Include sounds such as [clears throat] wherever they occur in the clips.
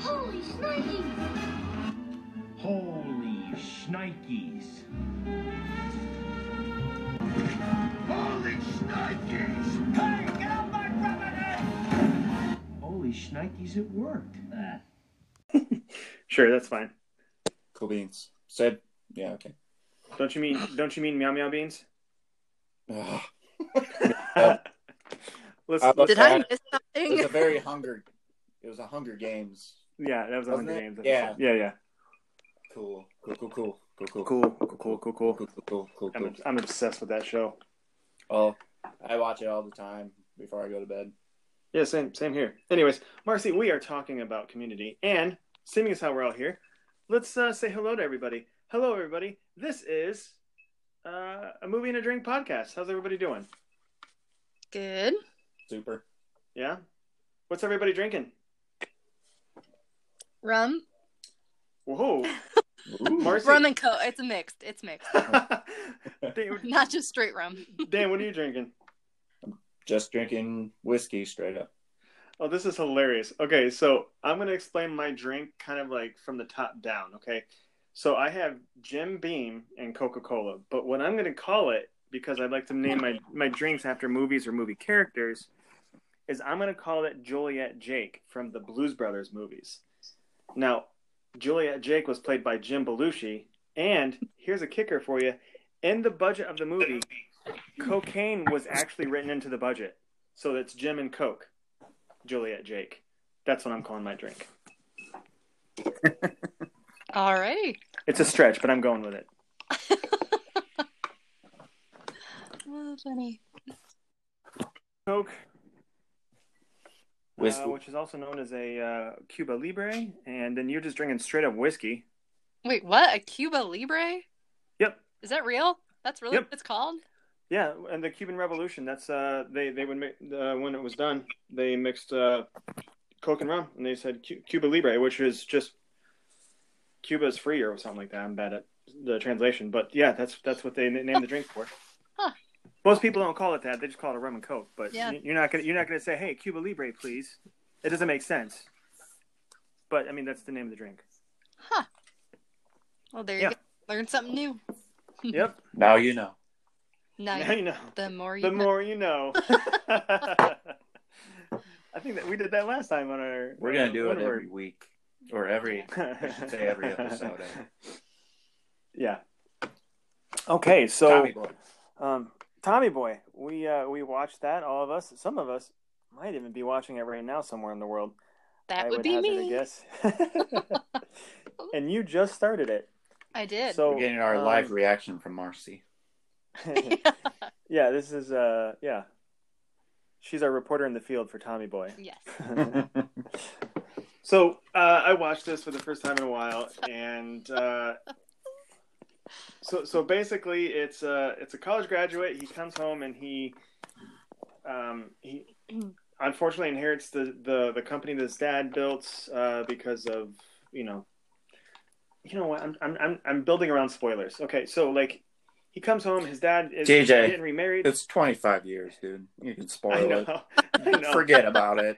Holy snikes! Holy shnikes. Holy shnikes! Hey, get off my property! Ah. Holy shnikes, it worked. Sure, that's fine. Cool beans. Said, yeah, okay. Don't you mean don't you mean meow meow beans? Ugh. [laughs] Let's, Uh, let's- Did I miss It was a something? [laughs] very hunger. It was a Hunger Games. yeah, that was a Wasn't Hunger Games. it? Yeah. yeah, yeah. Cool. Cool. Cool. Cool. Cool. Cool. Cool, cool, cool, cool, cool. Cool. Cool. Cool. I'm, cool. I'm obsessed with that show. Oh, I watch it all the time before I go to bed. Yeah, same same here. Anyways, Marcy, we are talking about community, and seeing as how we're all here, let's uh, say hello to everybody. Hello, everybody. This is uh, a movie and a drink podcast. How's everybody doing? Good. Super. Yeah. What's everybody drinking? Rum. Whoa, Marcy. Rum and coke. It's a mixed. It's mixed. Dan, Not just straight rum. Dan, what are you drinking? Just drinking whiskey straight up. Oh, this is hilarious. Okay, so I'm going to explain my drink kind of like from the top down, okay? So I have Jim Beam and Coca-Cola, but what I'm going to call it because I'd like to name my my drinks after movies or movie characters is I'm going to call it Juliet Jake from the Blues Brothers movies. Now, Juliet Jake was played by Jim Belushi, and here's a kicker for you. In the budget of the movie, cocaine was actually written into the budget. So that's Jim and Coke. Juliet Jake. That's what I'm calling my drink. Alrighty. It's a stretch, but I'm going with it. Oh, funny. Coke, uh, Whiskey. which is also known as a uh, Cuba Libre, and then you're just drinking straight up whiskey. Wait, what? A Cuba Libre? Yep. Is that real? That's really Yep. what it's called? Yeah, and the Cuban Revolution. That's uh, they they would make uh, when it was done, they mixed uh, Coke and rum, and they said Cu- Cuba Libre, which is just Cuba's free or something like that. I'm bad at the translation, but yeah, that's that's what they na- named the drink for. [laughs] Huh. Most people don't call it that; they just call it a rum and coke. But Yeah. y- you're not gonna you're not gonna say, "Hey, Cuba Libre, please." It doesn't make sense. But I mean, that's the name of the drink. Huh. Well, there you Yeah. go. Learn something new. Yep. Now you know. [laughs] Now Now you- you know. the more you The know. more [laughs] you know. I think that we did that last time on our. We're gonna do one it of our- every week or every. I should say every episode. eh? [laughs] Yeah. Okay, so Tommy boy. Um, Tommy Boy, we uh, we watched that. All of us, some of us might even be watching it right now somewhere in the world. that I would be hazard a me. [laughs] guess. and you just started it, I did. so We're getting our um, live reaction from Marcy. [laughs] [laughs] yeah, this is uh, yeah. She's our reporter in the field for Tommy Boy. yes. [laughs] so uh, I watched this for the first time in a while, and uh, so so basically, it's a it's a college graduate. He comes home and he um, he unfortunately inherits the, the the company that his dad built uh, because of you know you know what I'm I'm I'm, I'm building around spoilers. Okay, so like. He comes home. His dad is JJ, getting remarried. It's 25 years, dude. You can I spoil know. [laughs] I it. know. Forget about it.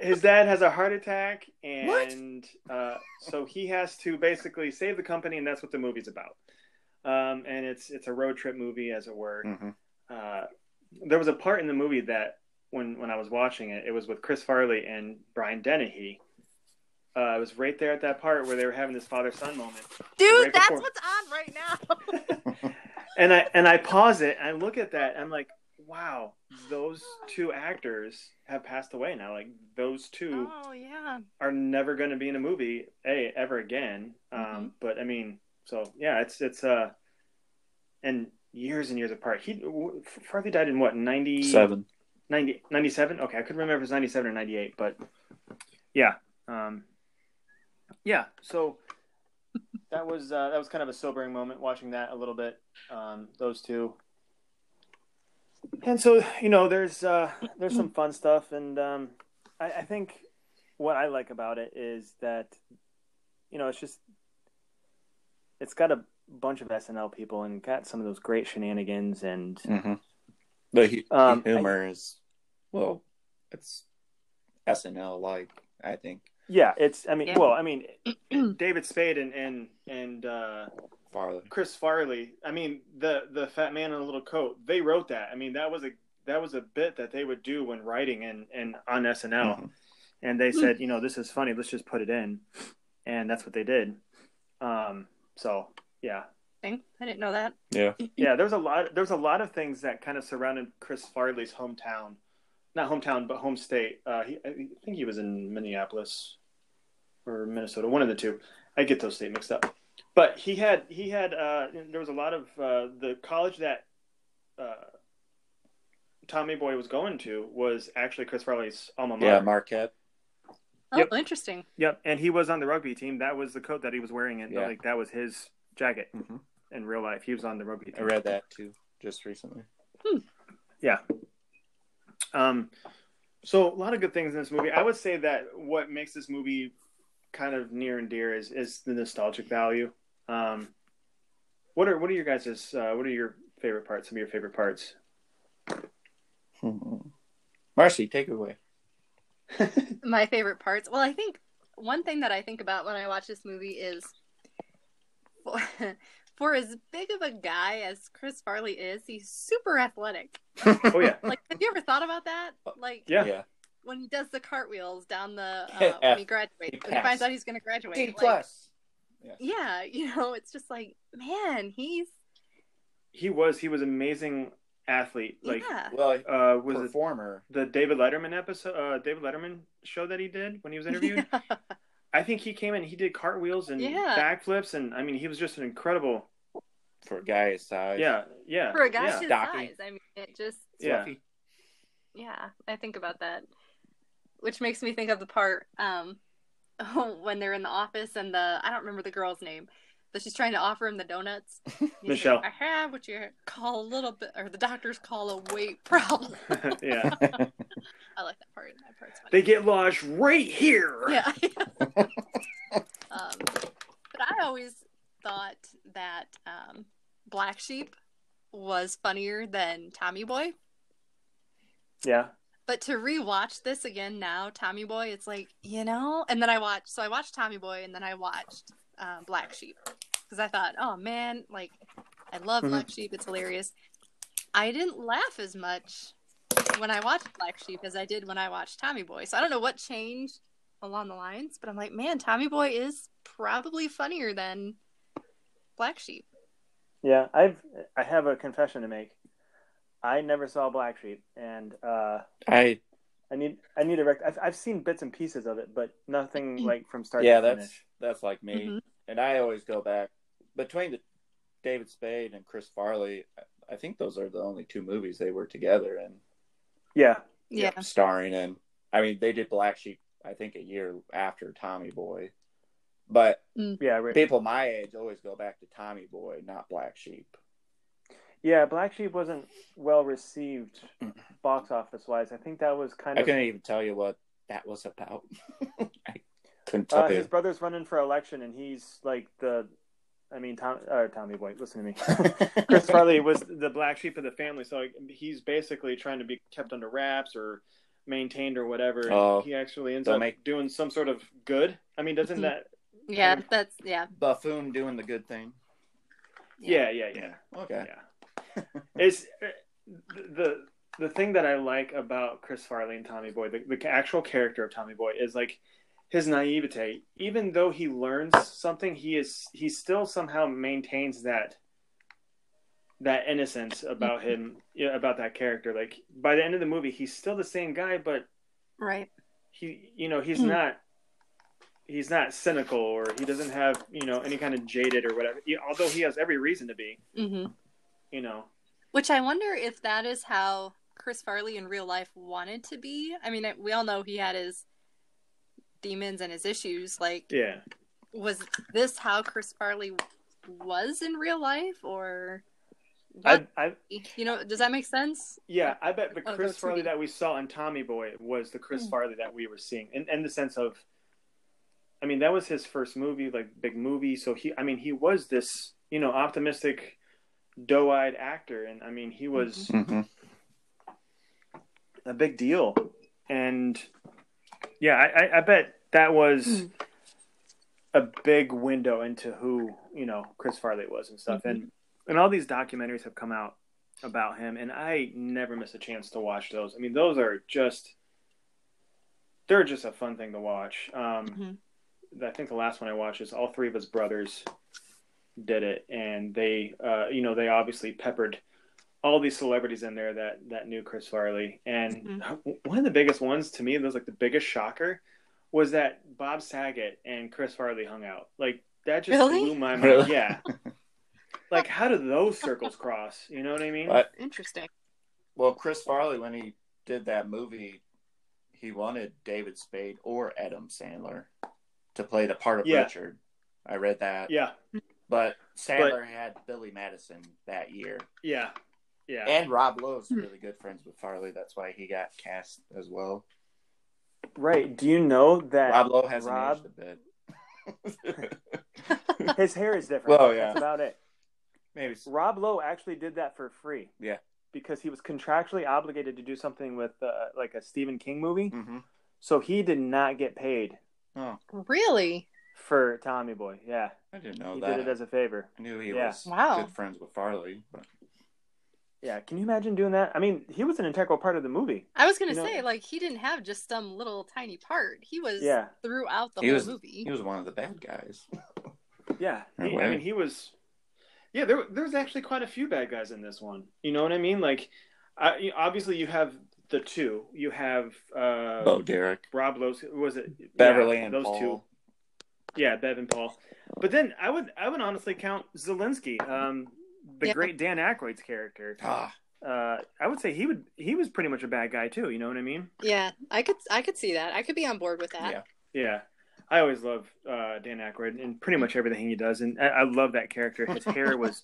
his dad has a heart attack and uh, so he has to basically save the company and that's what the movie's about um, and it's it's a road trip movie as it were Mhm. uh, there was a part in the movie that when when i was watching it it was with chris farley and brian dennehy uh, it was right there at that part where they were having this father-son moment Dude, Right that's before- what's on right now. and I and I pause it and I look at that and I'm like, wow, those two actors have passed away now. Like those two Oh, yeah. are never going to be in a movie a ever again. Um, Mhm. But I mean, so yeah, it's it's uh, and years and years apart. He w- Farley died in what 90, Seven. 90 97? Okay, I couldn't remember if it was ninety seven or ninety eight, but yeah, um, yeah. So that was uh, that was kind of a sobering moment watching that a little bit. Um, those two. And so you know, there's uh, there's some fun stuff, and um, I, I think what I like about it is that you know it's just it's got a bunch of SNL people and got some of those great shenanigans and Mm-hmm. The hu- Um, humor is well, it's SNL like I think. Yeah, it's. I mean, Yeah. well, I mean, David Spade and and and uh, Farley. Chris Farley. I mean, the the Fat Man in a Little Coat. They wrote that. I mean, that was a that was a bit that they would do when writing and and on SNL. Mm-hmm. And they said, you know, this is funny. Let's just put it in, and that's what they did. Um. So yeah, Thing. I didn't know that. Yeah. yeah. There's a lot. There's a lot of things that kind of surrounded Chris Farley's hometown, not hometown, but home state. Uh, he, I think he was in Minneapolis or Minnesota, one of the two. I get those state mixed up. But he had he had uh, there was a lot of uh, the college that uh, Tommy Boy was going to was actually Chris Farley's alma mater. Yeah, Marquette. Oh, Yep. interesting. Yep, and he was on the rugby team. That was the coat that he was wearing, and Yeah. like that was his jacket Mhm. in real life. He was on the rugby I team. read that too just recently. Um, so a lot of good things in this movie. I would say that what makes this movie kind of near and dear is is the nostalgic value. Um, what are what are your guys' uh, what are your favorite parts? Some of your favorite [laughs] parts? Marcy, take it away. my favorite parts. Well, I think one thing that I think about when I watch this movie is for, [laughs] for as big of a guy as Chris Farley is, he's super athletic. Oh yeah, Like, have you ever thought about [laughs] that? Like, yeah. when he does the cartwheels down [laughs] the uh, when he graduates, He when he finds passed. out he's going to graduate. D like, plus. Yeah, you know, it's just like, man, he's He was he was amazing athlete. Like yeah, Well, uh, was it performer. the David Letterman episode? Uh, David Letterman show that he did when he was interviewed. I think he came in. He did cartwheels and Yeah. backflips, and I mean, he was just an incredible. for a guy his size. Yeah, yeah. [laughs] for a guy yeah. his Docking. size. I mean, it just Yeah. Fluffy. yeah i think about that which makes me think of the part um [laughs] when they're in the office and the i don't remember the girl's name but she's trying to offer him the donuts And he's like, Michelle. i have what you call a little bit or the doctors call a weight [laughs] problem [laughs] yeah. i like that part that part's funny They get lodged right here. yeah [laughs] um, but i always thought that um, black sheep was funnier than tommy boy Yeah. But to rewatch this again now, Tommy Boy, it's like you know. And then I watched, so I watched Tommy Boy, and then I watched uh, Black Sheep because I thought, oh man, like I love Mhm. Black Sheep; it's hilarious. I didn't laugh as much when I watched Black Sheep as I did when I watched Tommy Boy. So I don't know what changed along the lines, but I'm like, man, Tommy Boy is probably funnier than Black Sheep. Yeah, I've I have a confession to make. I never saw Black Sheep, and uh, I I need I need to. Rec- I've I've seen bits and pieces of it, but nothing like from start. yeah, to that's finish. that's like me, Mhm. and I always go back between the David Spade and Chris Farley. I- I think those are the only two movies they were together and yeah, Yeah, starring in. I mean, they did Black Sheep. I think a year after Tommy Boy, but yeah, right. people my age always go back to Tommy Boy, not Black Sheep. yeah. Black Sheep wasn't well received box office wise. I think that was kind Mm. I of couldn't even tell you what that was about. [laughs] I couldn't tell uh, his you. brother's running for election, and he's like the. I mean, Tom or Tommy Boy. Listen to me. [laughs] Chris Farley was the black sheep of the family, so like, he's basically trying to be kept under wraps or maintained or whatever. and Oh. he actually ends Don't up make- doing some sort of good. I mean, doesn't [laughs] Mhm. that? yeah, that's yeah. Buffoon doing the good thing. Yeah, yeah, yeah, Okay. yeah. it's the the thing that I like about Chris Farley and Tommy Boy, the, the actual character of Tommy Boy, is like his naivete. Even though he learns something, he is he still somehow maintains that that innocence about him, yeah, about that character. Like by the end of the movie, he's still the same guy, but right. he you know he's Mm. not he's not cynical or he doesn't have you know any kind of jaded or whatever. Yeah, Although he has every reason to be, Mm-hmm. you know. Which I wonder if that is how Chris Farley in real life wanted to be. I mean, we all know he had his demons and his issues. Like, Yeah. was this how Chris Farley was in real life, or I, what? I you know, does that make sense? Yeah, I bet the Wanna go Chris to Farley the- that we saw in Tommy Boy was the Chris Mm. Farley that we were seeing, in, in the sense of, I mean, that was his first movie, like big movie. So he, I mean, he was this, you know, optimistic, doe-eyed actor, and I mean, he was Mm-hmm. a big deal. And yeah, I, I, I bet that was a big window into who you know Chris Farley was and stuff. And and all these documentaries have come out about him, and I never miss a chance to watch those. I mean, those are just they're just a fun thing to watch. Um, Mhm. I think the last one I watched is all three of his brothers did it, and they uh, you know they obviously peppered all these celebrities in there that that knew Chris Farley. And one of the biggest ones to me, that was like the biggest shocker, was that Bob Saget and Chris Farley hung out. Like that just Really? blew my mind. Really? Yeah. like how do those circles cross? You know what I mean? But Interesting. Well, Chris Farley, when he did that movie, he wanted David Spade or Adam Sandler to play the part of Yeah. Richard. I read that. yeah, But Sandler had Billy Madison that year. yeah, yeah. And Rob Lowe's Hmm. really good friends with Farley. That's why he got cast as well. right. Do you know that Rob Lowe hasn't Rob- aged a bit. [laughs] his hair is different? Well, yeah. That's about it. Maybe. s- Rob Lowe actually did that for free. Yeah. Because he was contractually obligated to do something with uh, like a Stephen King movie, Mhm. so he did not get paid Oh, Really? for Tommy Boy. Yeah, I didn't know he Oh, that. did it as a favor. I knew he Yeah. was Wow. good friends with Farley. But... Yeah, can you imagine doing that? I mean, he was an integral part of the movie. I was gonna You know- say, like, he didn't have just some little tiny part. He was Yeah. throughout the He whole was- movie. He was one of the bad guys. Yeah, No he- I way. mean, he was. Yeah, there there was actually quite a few bad guys in this one. You know what I mean? Like, I, you- obviously you have the two. You have uh, Bo Oh, Derek, Rob Lowe's. Was it Beverly, Yeah, and those Paul. two? Yeah, Bev and Paul. But then I would I would honestly count Zelensky, um, the Yeah. great Dan Aykroyd's character. Ah, Uh, I would say he would he was pretty much a bad guy too. You know what I mean? Yeah, I could I could see that. I could be on board with that. yeah. Yeah. I always love uh, Dan Aykroyd and pretty much everything he does, and I, I love that character. His hair was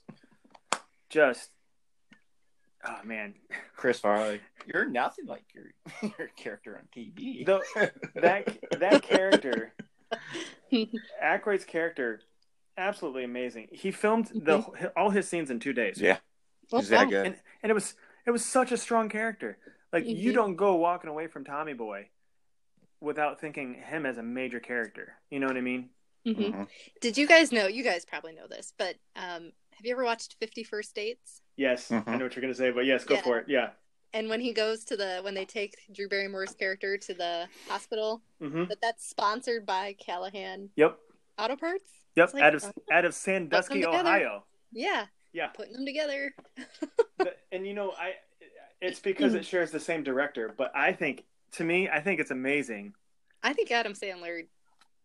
just, oh man, Chris Farley, you're nothing like your [laughs] your character on TV. Though, that that character, Aykroyd's character, absolutely amazing. He filmed the all his scenes in two days. Yeah. Well, Is that wow. good? and and it was it was such a strong character. Like you Mhm. don't go walking away from Tommy Boy without thinking him as a major character. You know what I mean? Mhm. Mhm. Did you guys know? You guys probably know this, but um, have you ever watched Fifty First Dates? Yes, I Mhm. know what you're gonna say, but yes, go Yeah. for it. Yeah. And when he goes to the when they take Drew Barrymore's character to the hospital, hmm that that's sponsored by Callahan Yep. Auto Parts. Yep, It's like, out of uh, out of Sandusky, put them together. Ohio. yeah, Yeah, putting them together. But- and you know, I it's Mm-hmm. because it shares the same director, but I think to me, I think it's amazing. I think Adam Sandler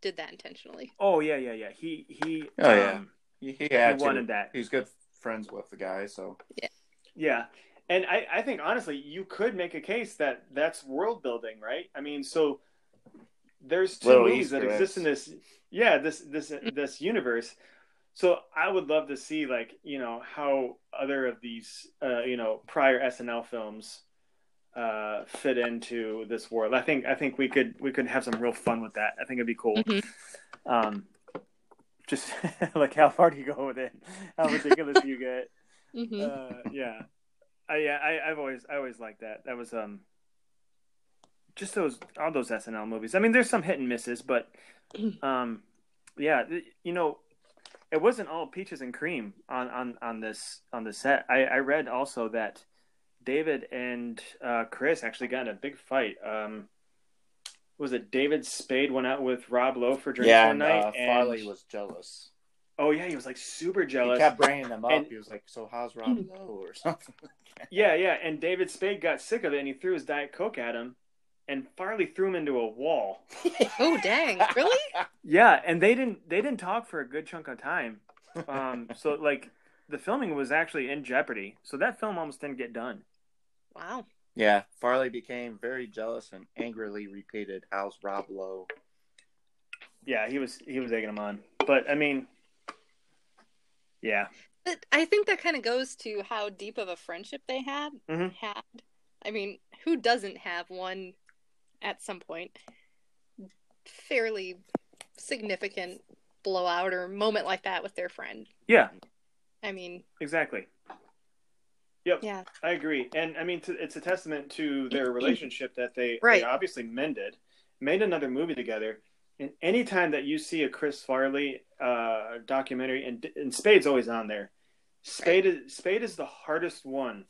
did that intentionally. Oh yeah, yeah, yeah. He he. Oh, yeah. um, He, he had He to. wanted that. He's good friends with the guy, so Yeah, and I I think honestly, you could make a case that that's world building, right? I mean, so there's two Little movies that Easter exist in this. Yeah, this this this universe. So I would love to see like you know how other of these uh, you know prior SNL films uh fit into this world. I think I think we could we could have some real fun with that. I think it'd be cool. Mhm. Um just [laughs] like how far do you go with it? How ridiculous do you get? hmm uh, yeah, I, yeah, I, I've always, I always liked that. That was um, just those all those SNL movies. I mean, there's some hit and misses, but um, yeah, th- you know, it wasn't all peaches and cream on on on this on the set. I, I read also that David and uh, Chris actually got in a big fight. Um, was it David Spade went out with Rob Lowe for drinks one and, night? uh, and- Farley was jealous. Oh yeah, he was like super jealous. He kept bringing them up. And- he was like, "So how's Rob Hmm. Lowe?" or something. Yeah, yeah. And David Spade got sick of it and he threw his Diet Coke at him and Farley threw him into a wall. Oh dang! [laughs] Really? Yeah, and they didn't they didn't talk for a good chunk of time. Um [laughs] so like the filming was actually in jeopardy. So that film almost didn't get done. Wow. Yeah, Farley became very jealous and angrily repeated, "How's Rob Lowe?" Yeah, he was he was egging him on. But I mean Yeah. But I think that kind of goes to how deep of a friendship they had. Mhm. Had, I mean, who doesn't have one at some point? Fairly significant blowout or moment like that with their friend. Yeah, I mean, exactly. Yep. yeah, I agree, and I mean to, it's [clears throat] a testament to their relationship that they, Right. they obviously mended, made another movie together, And anytime that you see a Chris Farley uh, documentary, and, and Spade's always on there, Spade is Spade is the [laughs] hardest one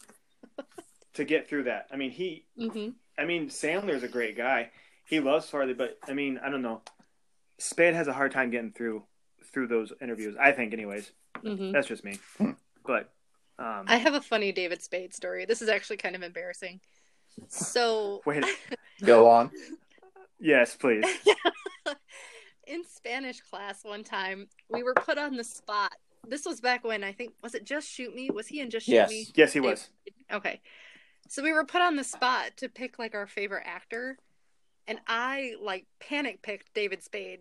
to get through that. I mean, he hmm I mean, Sandler's a great guy. He loves Farley, but I mean, I don't know. Spade has a hard time getting through through those interviews. I think, anyways. hmm That's just me. But um, I have a funny David Spade story. This is actually kind of embarrassing. So [laughs] wait. Go on. Yes, please. in Spanish class one time, we were put on the spot. This was back when I think was it Just Shoot Me? Was he in Just Shoot Yes. Me? Yes, he was. Okay. So we were put on the spot to pick like our favorite actor, and I like panic picked David Spade.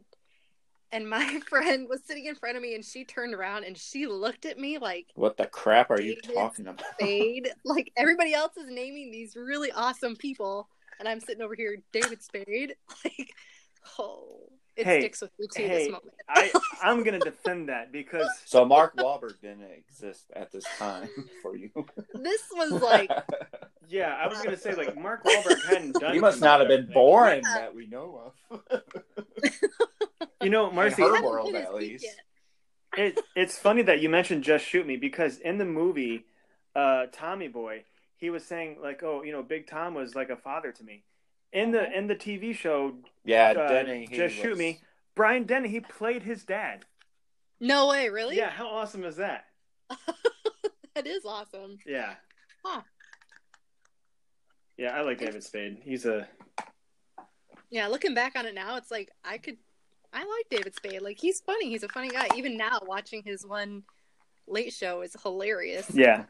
And my [laughs] friend was sitting in front of me and she turned around and she looked at me like [laughs] What the crap are you David talking about? Spade. like everybody else is naming these really awesome people and I'm sitting over here David Spade. [laughs] Like oh, it Hey, sticks with me too hey, this moment. [laughs] I I'm gonna defend that because So Mark Wahlberg didn't exist at this [laughs] time for you. This was [laughs] [laughs] like yeah, I was gonna say like Mark Wahlberg hadn't done. he must not have been born Yeah. that we know of. You know, Marcy, her I world, couldn't at speak least. yet. it, it's funny that you mentioned just shoot me because in the movie uh tommy boy he was saying like oh you know big tom was like a father to me in the in the tv show Yeah, Uh, Denny. he just shoot was- me. brian denny he played his dad No way, really? yeah how awesome is that That is awesome. yeah Huh. yeah i like david spade he's a Yeah, looking back on it now, it's like I could, I like David Spade. Like he's funny. He's a funny guy. Even now, watching his one late show is hilarious. yeah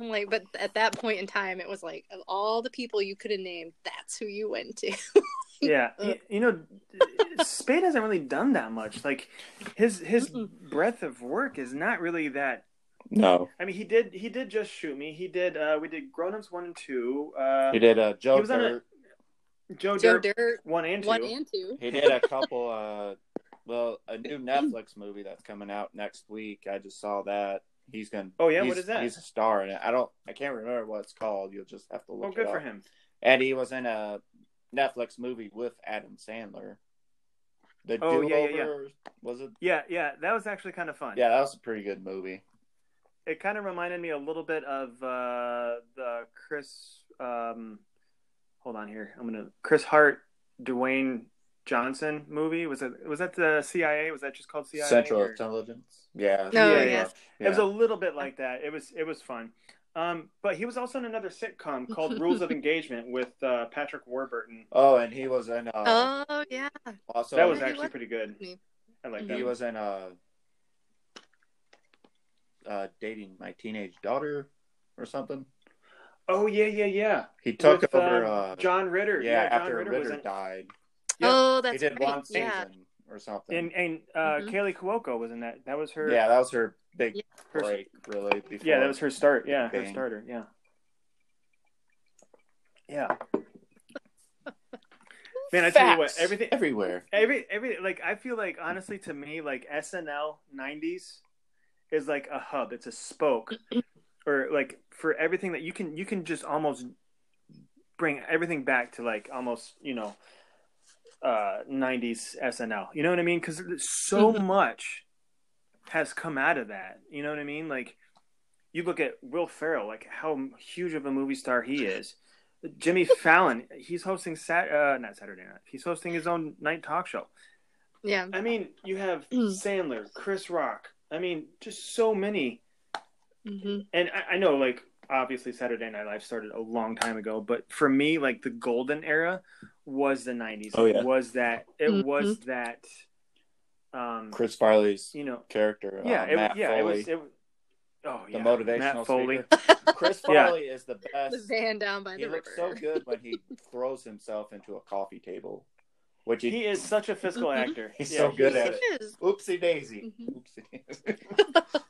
I'm like, but at that point in time, it was like of all the people you could have named, that's who you went to. yeah Uh, you, you know spade hasn't really done that much like his his Mm-mm. breadth of work is not really that No, I mean, he did. He did just shoot me. He did. Uh, we did Grown Ups one and two. Uh, he did a He was on a- Joker. Oh, Joe, Joe Dirt, Dirt, one and two. one and two. He did a couple. Uh, well, a new Netflix movie that's coming out next week. I just saw that. He's gonna. Oh, yeah? What he's- is that? He's a star in it. I don't. I can't remember what it's called. You'll just have to look. oh, good it for up. him. And he was in a Netflix movie with Adam Sandler. The Oh, Do yeah, yeah, yeah. Over was it? Yeah, yeah, that was actually kind of fun. Yeah, that was a pretty good movie. it kind of reminded me a little bit of uh, the Chris. Um, hold on here. I'm gonna Chris Hart, Dwayne Johnson movie. Was it? Was that the CIA? Was that just called CIA? Central or- Intelligence. Yeah. No, yeah, yes. It was a little bit like that. It was it was fun. Um, but he was also in another [laughs] sitcom called Rules of Engagement with uh, Patrick Warburton. Oh, and he was in. Uh, oh yeah, also, that was he actually was- pretty good. I like that. he was in uh, uh, dating my teenage daughter or something. Oh yeah, yeah, yeah. He took With, over. um, Uh, John Ritter. yeah, John after Ritter, was in, died, Yeah. oh he that's did right. one season yeah. or something. and and uh, Mhm. Kaylee Cuoco was in that. That was her. Mm-hmm. yeah, that was her big Yeah. Her- break, really. Before, yeah, that was her start. Yeah, her Bang. starter. Yeah. Yeah. Man, I tell you what, Facts everything, everywhere. every, every, like, I feel like honestly, to me, like SNL '90s is like a hub. It's a spoke, or like for everything that you can, you can just almost bring everything back to like almost, you know, uh '90s SNL. You know what I mean? Because so Mhm. much has come out of that. You know what I mean? Like you look at Will Ferrell, like how huge of a movie star he is. Jimmy Fallon, he's hosting Sat, uh, not Saturday Night. He's hosting his own night talk show. yeah. I mean, you have Mm. Sandler, Chris Rock. I mean, just so many. hmm And I, I know, like, obviously, Saturday Night Live started a long time ago, but for me, like, the golden era was the '90s. Oh, yeah. It was that? It Mhm. was that. Um, Chris Farley's you know, character. yeah, uh, it, Matt yeah, it Foley, was. It, was- oh the yeah, motivational Matt Foley. [laughs] speaker. Chris Yeah. Farley is the The best. van down by He the river. looks so good when [laughs] he throws himself into a coffee table, which he, He is such a physical Mhm. actor. He's so he- good at It is. oopsie daisy. Mhm. Oopsie.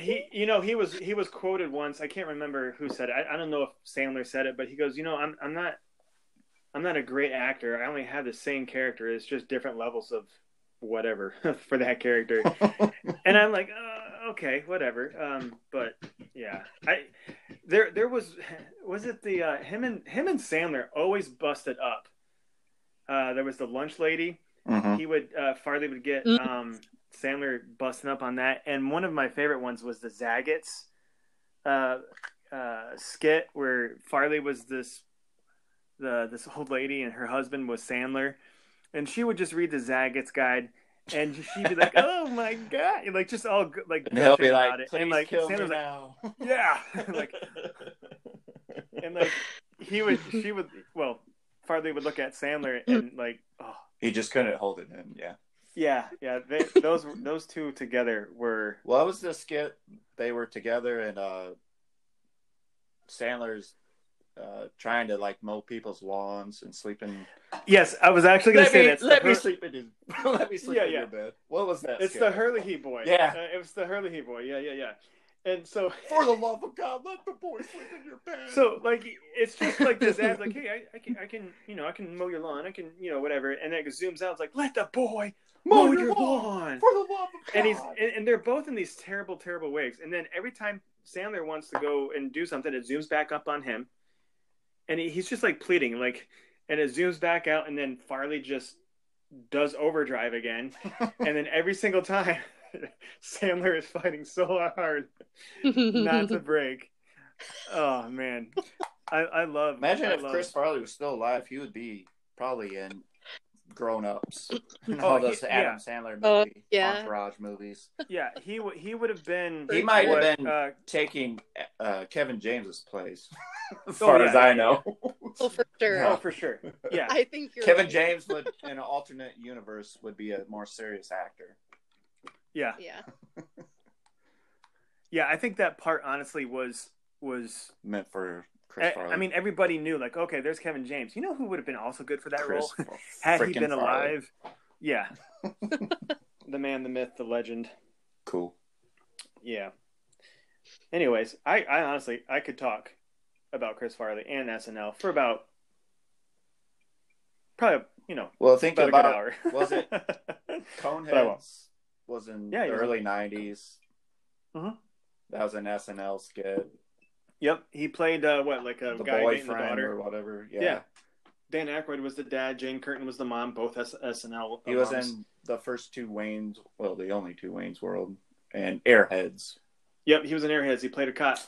He, you know, he was he was quoted once. I can't remember who said it. I, I don't know if Sandler said it, but he goes, you know, I'm I'm not, I'm not a great actor. I only have the same character. It's just different levels of whatever [laughs] for that character. and I'm like, uh, okay, whatever. Um, but yeah, I there there was was it the uh, him and him and Sandler always busted up. Uh, there was the lunch lady, Mhm. he would uh, Farley would get Mm. um, Sandler busting up on that, and one of my favorite ones was the Zagat's uh, uh, skit where Farley was this the this old lady and her husband was Sandler, and she would just read the Zagat's guide. And she'd be [laughs] like, "Oh my god!" And like just all good, like And he'll gushing be about like, it. "Please and like kill me Sandler's like, now." "Yeah," [laughs] like and like he would, she would. Well, Farley would look at Sandler and like, oh, he just couldn't hold it in. Yeah. yeah, yeah. [laughs] They, those those two together were What was the skit? They were together and uh Sandler's uh trying to like mow people's lawns and sleeping. yes. I was actually gonna say that. [laughs] let me sleep in his, let me sleep Yeah, in yeah. your bed. What was that? It's skit? the Hurley He boy. Yeah. uh, it was the Hurley He boy. Yeah, yeah, yeah. And so, For the love of God, let the boy sleep in your bed. so like it's just like this ad, like, hey, I, I can, I can, you know, I can mow your lawn, I can, you know, whatever. And then it zooms out, it's like, let the boy mow, your lawn. for the love of God. and he's and, and they're both in these terrible, terrible wigs. And then every time Sandler wants to go and do something, it zooms back up on him, and he, he's just like pleading, like, and it zooms back out, and then Farley just does overdrive again, and then every single time, [laughs] Sandler is fighting so hard Mm-hmm. not to break. Oh man, I, I love. Imagine I if love- Chris Farley was still alive, he would be probably in Grown [laughs] Ups and Oh, [laughs] all those he- Adam Sandler Oh, movie, yeah. entourage movies. Yeah, he would. He would have been. He might have what, been- [laughs] Uh, Taking uh, Kevin James's place, [laughs] as Oh, far yeah, as I yeah, know. Oh, [laughs] for sure. oh, for sure. Yeah, I think [laughs] you're Kevin right. James would, in an alternate universe, would be a more serious actor. yeah. Yeah. Yeah, I think that part honestly was was. Meant for Chris Eh, I, Farley. I mean, everybody knew like, okay, there's Kevin James. You know who would have been also good for that role Chris [laughs] had he frickin' been Farley. alive? [laughs] Yeah, the man, the myth, the legend. Cool. Yeah. Anyways, I, I honestly I could talk about Chris Farley and SNL for about probably you know Well, think about, about a good hour. was it- But I won't. Coneheads was in Yeah, the you're early '90s. Mhm. That was an SNL skit, [laughs] yep, he played uh, what like a the guy dating the boyfriend daughter. or whatever. Yeah, Yeah. Dan Aykroyd was the dad. Jane Curtin was the mom. Both S- SNL. he was alums. in the first two Wayne's, well, the only two Wayne's World and Airheads. Yep, he was in Airheads. He played a cop.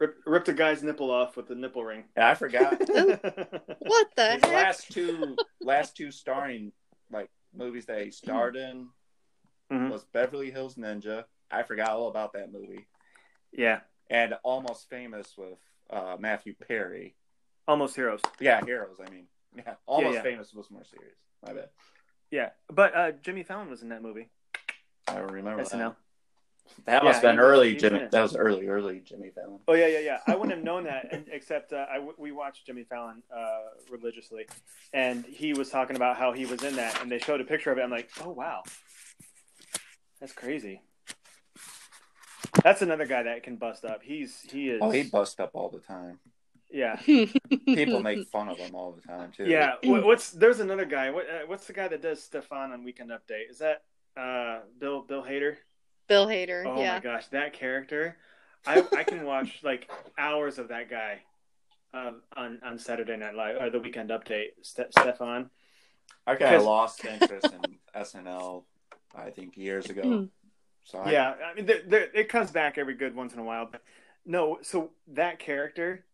Rip, ripped a guy's nipple off with a nipple ring. And [laughs] I forgot What the his heck? last two last two starring like movies that he starred in Mhm. was Beverly Hills Ninja. I forgot all about that movie yeah, and Almost Famous with uh, Matthew Perry. almost heroes. Yeah, Heroes. I mean, yeah, Almost yeah. Famous was more serious. My bad. Yeah, but uh, Jimmy Fallon was in that movie. I don't remember SNL. that. That must have Yeah, been he- early, he's in Jimmy. it. That was early, early Jimmy Fallon. Oh yeah, yeah, yeah. I wouldn't have known that and- except uh, I w- we watched Jimmy Fallon uh, religiously, and he was talking about how he was in that, and they showed a picture of it. I'm like, oh wow, that's crazy. That's another guy that can bust up. He's he is. Oh, he bust up all the time. yeah. People make fun of him all the time too. [clears throat] Yeah, what, what's there's another guy. What uh, what's the guy that does Stefan on Weekend Update? Is that uh Bill Bill Hader? Bill Hader. Oh yeah. my gosh, that character! I I can watch like hours of that guy uh, on on Saturday Night Live or the Weekend Update. Ste- Stefan. I kind of Because- [laughs] lost interest in SNL. I think years ago. Mm. So I, yeah, I mean, there there- it comes back every good once in a while. But no, so that character,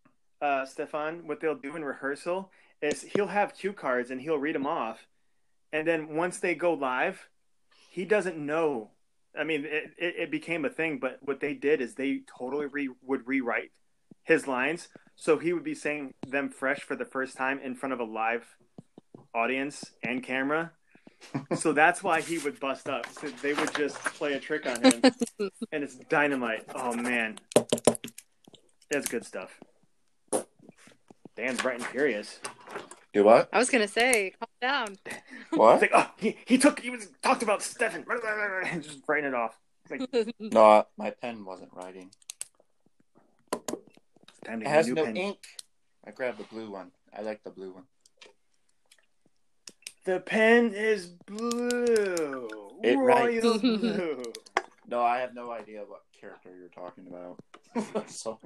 uh, Stefan, what they'll do in rehearsal is he'll have cue cards and he'll read them off, and then once they go live, he doesn't know. I mean, it, it, it became a thing, but what they did is they totally re, would rewrite his lines, so he would be saying them fresh for the first time in front of a live audience and camera. So that's why he would bust up. So they would just play a trick on him, and it's dynamite. Oh man, that's good stuff. Dan's bright and furious. do [laughs] what? I was gonna say, calm down. What? It's like, oh, he, he took, he was talked about Stefan, [laughs] and just writing it off. No, I- my pen wasn't writing. It's time to It get a has new no pen. ink. I grabbed the blue one. I like the blue one. The pen is blue. It writes. Royal blue. No, I have no idea what character you're talking about. [laughs] so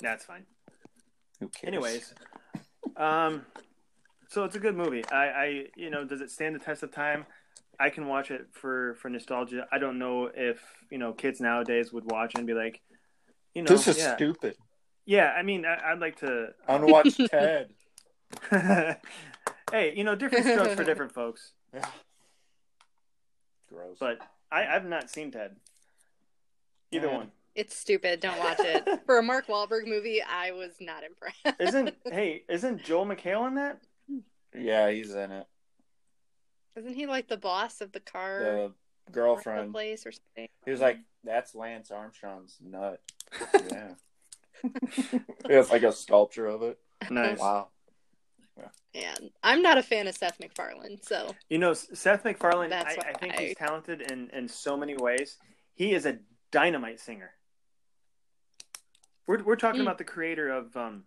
That's fine. who cares? Anyways, um, So it's a good movie. I, I, you know, does it stand the test of time? I can watch it for for nostalgia. I don't know if you know kids nowadays would watch and be like, you know, this is yeah, [laughs] stupid. yeah. I mean, I, I'd like to. [laughs] Unwatched Ted. hey, you know, different strokes for different folks. Yeah. Gross. But I, I've not seen Ted. Either Yeah. one It's stupid. Don't watch [laughs] it. For a Mark Wahlberg movie, I was not impressed. [laughs] isn't. hey, isn't Joel McHale in that? yeah, he's in it. Isn't he like the boss of the car rental The girlfriend. place or something? He was like, "That's Lance Armstrong's nut." Yeah. [laughs] it's like a sculpture of it. Nice. Wow. And I'm not a fan of Seth MacFarlane, so You know, Seth MacFarlane. I, That's why I think I- he's talented in in so many ways. He is a dynamite singer. We're we're talking Mm. about the creator of um,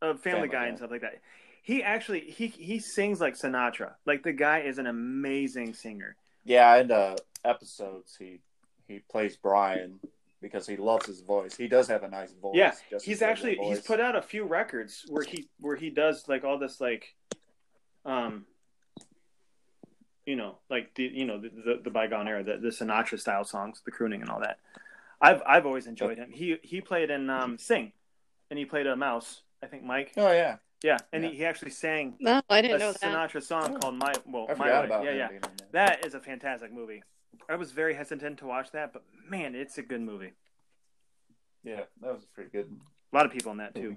of Family, Family Guy, Guy. and stuff like that. He actually he he sings like Sinatra. Like the guy is an amazing singer. Yeah, in uh, episodes, he he plays Brian because he loves his voice. He does have a nice voice. Yeah, just he's a actually voice. he's put out a few records where he where he does like all this like, um, you know, like the you know the the, the bygone era, the, the Sinatra style songs, the crooning and all that. I've I've always enjoyed him. He he played in um Sing, and he played a mouse. I think Mike. Oh yeah, Yeah, and Yeah. He, he actually sang no, I a didn't know that. Sinatra song Oh. called My Well I My forgot Way. about yeah, him yeah. being in that. That is a fantastic movie. I was very hesitant to watch that, but man, it's a good movie. Yeah, that was pretty good. A lot of people in that too.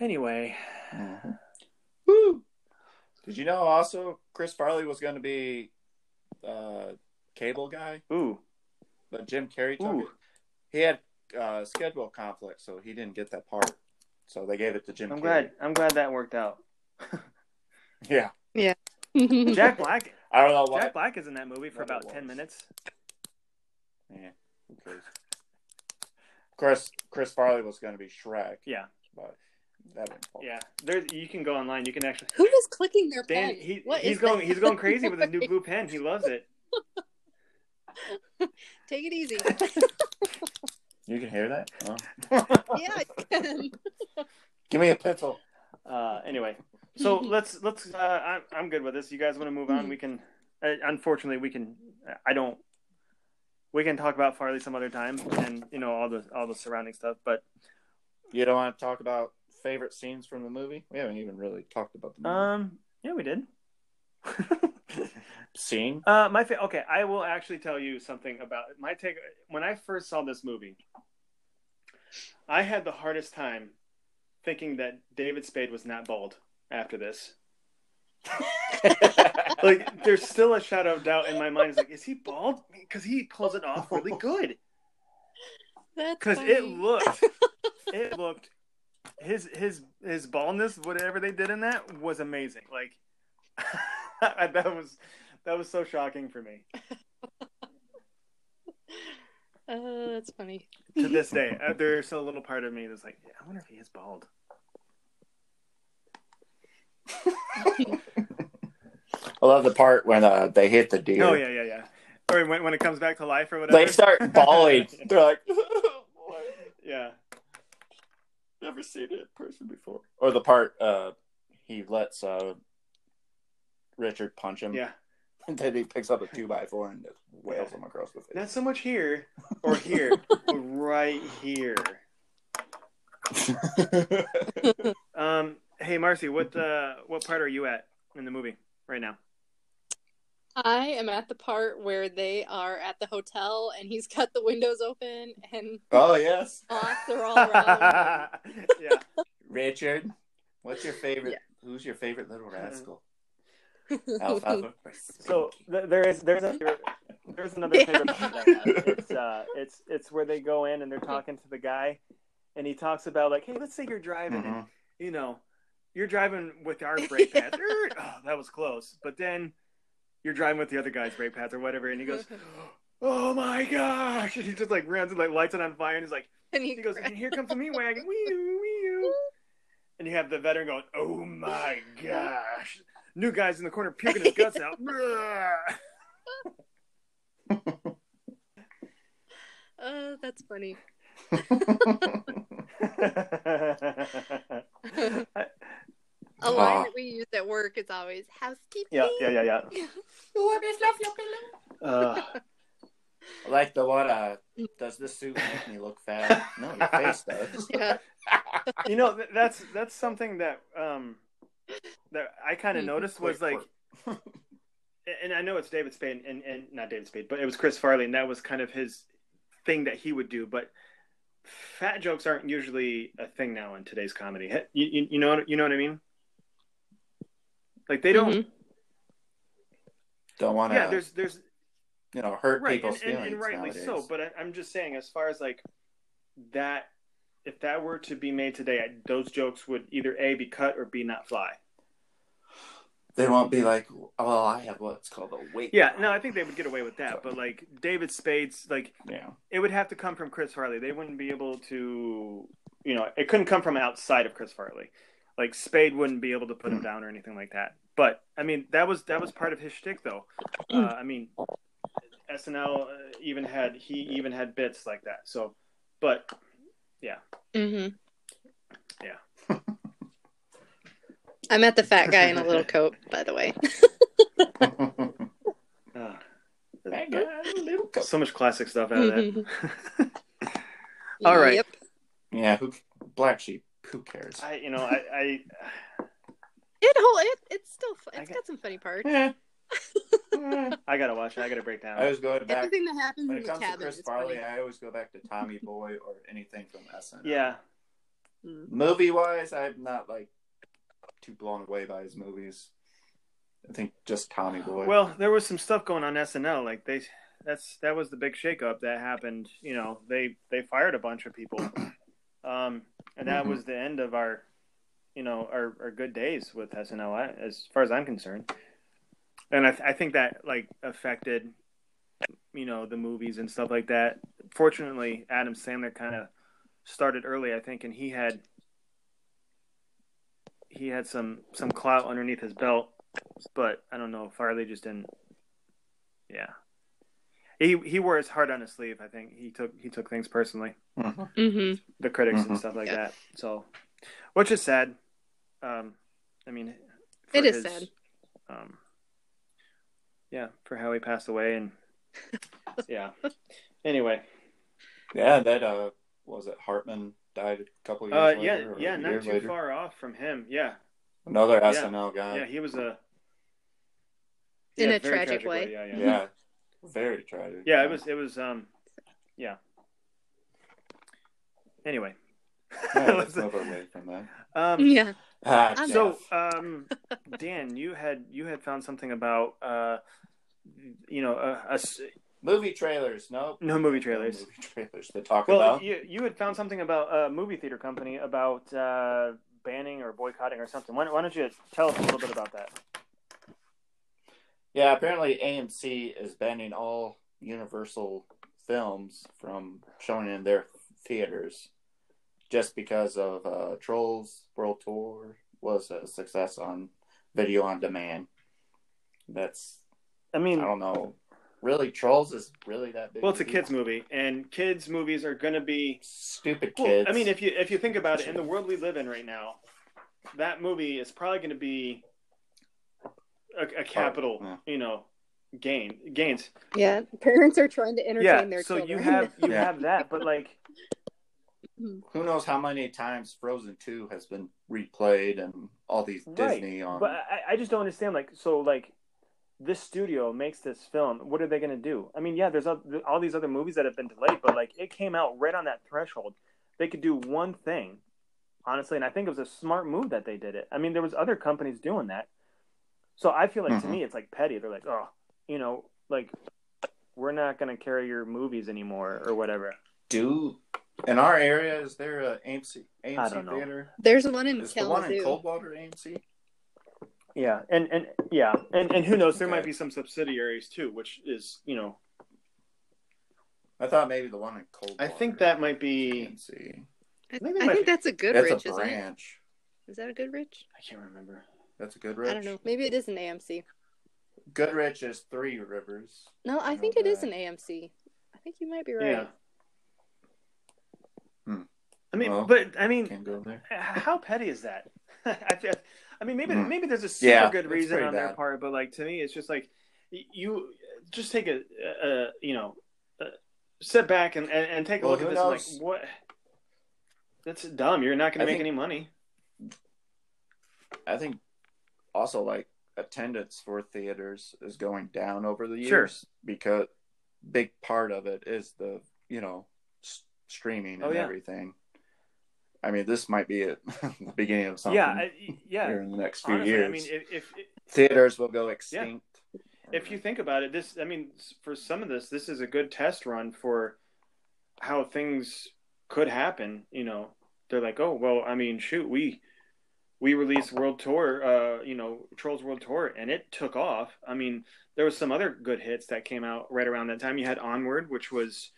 Anyway, Woo! Did you know also Chris Farley was going to be uh, cable guy, ooh, but Jim Carrey took Ooh. it. He had uh, schedule conflict, so he didn't get that part. So they gave it to Jim. I'm Carrey. glad. I'm glad that worked out. [laughs] Yeah, [laughs] Jack Black. [laughs] I don't know why. Jack Black is in that movie for What it about was. ten minutes. Yeah, who cares? Chris Chris Farley was going to be Shrek, Yeah, but that didn't. fall. yeah. There, you can go online. You can actually. [laughs] Who was clicking their Dan, pen? he, What he's is going. that? He's going crazy with his new blue pen. He loves it. [laughs] Take it [laughs] easy. You can hear that. Oh. yeah, I [laughs] can. Give me a pencil. Uh, anyway, [laughs] so let's let's. Uh, I'm I'm good with this. You guys want to move on? We can. Uh, unfortunately, we can. I don't. We can talk about Farley some other time, and you know all the all the surrounding stuff. But You don't want to talk about favorite scenes from the movie? We haven't even really talked about the movie. um, yeah, we did. scene. Uh, my fa- okay, I will actually tell you something about my take. When I first saw this movie, I had the hardest time thinking that David Spade was not bald after this. Like, there's still a shadow of doubt in my mind. It's like, is he bald? Because he pulls it off really good. That's Because funny. it looked, it looked, his his his baldness, whatever they did in that, was amazing. Like, [laughs] that was that was so shocking for me. Uh, that's funny. to this day. uh, There's a little part of me that's like, I wonder if he is bald. I love the part when uh, they hit the deer. Oh yeah, yeah, yeah. Or when, when it comes back to life or whatever. They [laughs] start bawling. They're like, [laughs] "Oh, yeah. never seen it in person before. Or the part uh, he lets uh, Richard punch him. Yeah. And [laughs] then he picks up a two by [laughs] four and just wails him across the face. Not so much here or [laughs] here, but right here. [laughs] Um hey Marcy, what uh what part are you at in the movie right now? I am at the part where they are at the hotel and he's got the windows open and oh yes, moths are [laughs] all around. yeah. Richard. What's your favorite? Yeah. Who's your favorite little rascal? him. Alfalfa. Uh-huh. So th- there is there's a there's another Yeah. favorite part I have. It's uh it's it's where they go in and they're talking to the guy and he talks about like, hey, let's say you're driving and Mhm. you know, you're driving with our brake pads. Er, oh, that was close. But then you're driving with the other guy's brake pads or whatever, and he goes, "Oh my gosh!" [laughs] And he just like runs and like lights it on fire, and he's like, [laughs] and he, "Mm." he goes, "And here comes the meat wagon, wee And you have the veteran going, "Oh my gosh!" New guy's in the corner puking his guts out. [laughs] Brrr. oh, that's [laughs] funny. I, A line Ah. that we use at work is always housekeeping. Yeah, yeah, [laughs] yeah, yeah. Uh, Like the one, uh, does this suit make me look fat? No, your face does. Yeah. you know, th- that's that's something that um that I kind of Mhm. noticed was Quick like, [laughs] and I know it's David Spade and and not David Spade, but it was Chris Farley, and that was kind of his thing that he would do. But fat jokes aren't usually a thing now in today's comedy. He- You, you, you know you know what I mean? Like they don't. Don't want to, Yeah, there's there's you know, hurt right and, people's and, feelings. and rightly nowadays. so but I, i'm just saying as far as like that if that were to be made today I, those jokes would either a be cut or b not fly they won't be like, "Oh, I have what's called a weight." yeah problem." no i think they would get away with that but like david spades like Yeah, it would have to come from chris farley they wouldn't be able to you know it couldn't come from outside of chris farley like spade wouldn't be able to put him down or anything like that but i mean that was that was part of his shtick though uh, i mean snl uh, even had he even had bits like that so but Mm-hmm. Yeah. [laughs] I met the fat guy in a [laughs] little coat, by the way. [laughs] uh, That guy, little co- so much classic stuff out of Mm-hmm. [laughs] that. [laughs] All right. Yep. yeah. Who, black sheep. Who cares? I, you know, I, It whole it, it's still fu- I it's got- got some funny parts. Yeah. Yeah. I, I gotta watch it. I gotta break down. Eh, I was going back Everything that happens when in it the comes to cabin Chris is Farley. funny. I always go back to [laughs] Tommy Boy or anything from SNL. yeah, Mm. Movie wise, I'm not like too blown away by his movies. I think just Tommy Boy. well, there was some stuff going on SNL. Like they, that's that was the big shakeup that happened. You know, they they fired a bunch of people, um, and that Mhm. was the end of our, you know, our, our good days with SNL. I- As far as I'm concerned, and I, th- I think that like affected, you know, the movies and stuff like that. Fortunately, Adam Sandler kind of started early, I think, and he had he had some some clout underneath his belt, but I don't know. Farley just didn't. Yeah, he he wore his heart on his sleeve. I think he took he took things personally, Mhm. Mm-hmm. the critics Mhm. and stuff like Yeah. that. So, which is sad. Um, I mean, for It is sad. Um, yeah, for how he passed away [laughs] and yeah. Anyway, yeah, that uh, was it. Hartman died a couple years. uh, yeah, later or yeah, a not year too later. Uh, far off from him. Yeah, Another Yeah. SNL guy. yeah, he was a In yeah, a very tragic way. Yeah, yeah, yeah, very tragic. yeah. It was, it was, um, yeah. Anyway, [laughs] Yeah, let's move away from that. um, Yeah. Ah, I'm- so um, Dan, you had you had found something about uh, you know, uh, us movie trailers. Nope. no movie trailers. No movie trailers to talk Well, about. you you had found something about a movie theater company about uh, banning or boycotting or something. Why, why don't you tell us a little bit about that? Yeah, apparently AMC is banning all Universal films from showing in their theaters just because of uh, Trolls World Tour was a success on video on demand. That's I I mean, don't know. Really, Trolls is really that big. well, it's a of kids movie, and kids movies are gonna be Stupid Well, kids. I mean, if you if you think about it, in the world we live in right now, that movie is probably going to be a, a capital, yeah. you know, gain gains. Yeah. Parents are trying to entertain Yeah. their So children. you have you Yeah. have that, but like, who knows how many times Frozen Two has been replayed and all these Right, Disney on. but I, I just don't understand. Like, so like, this studio makes this film. What are they going to do? I mean, yeah, there's all, all these other movies that have been delayed, but like, it came out right on that threshold. They could do one thing, honestly, and I think it was a smart move that they did it. I mean, there was other companies doing that. So I feel like to Mhm. me, it's like petty. They're like, oh, you know, like we're not going to carry your movies anymore or whatever. Do in our area is there a AMC AMC I don't know. theater? There's one in Is the one in Kalamazoo. Coldwater AMC? Yeah, and and yeah, and and who knows? There might Okay. be some subsidiaries too, which is you know, I thought maybe the one in Coldwater. I think that might be AMC. I, Maybe I my- think that's a That's Goodrich, a isn't it? branch. Is that a Goodrich? I can't remember. That's a Goodrich. I don't know. Maybe it is an AMC. Goodrich is Three Rivers. No, I know think it is an that. AMC. I think you might be right. Yeah. Hmm. I mean, Well, but I mean, Can't go there. how petty is that? [laughs] I feel, I mean, maybe Mm. maybe there's a super Yeah, good it's reason pretty on their bad. part, but like to me, it's just like y- you just take a, a you know uh sit back and and, and take a Well, look at who this. and, knows? Like what? That's dumb. You're not going I to make think- any money. I think also like attendance for theaters is going down over the years Sure. because big part of it is the you know s- streaming and Oh, yeah. everything. I mean, this might be it, [laughs] the beginning of something Yeah, I, yeah. here in the next few Honestly, years. I mean, if, if theaters will go extinct. if you think about it, this I mean, s- for some of this, this is a good test run for how things could happen. You know, they're like, oh well, I mean, shoot, we we released World Tour, uh, you know, Trolls World Tour, and it took off. I mean, there was some other good hits that came out right around that time. You had Onward, which was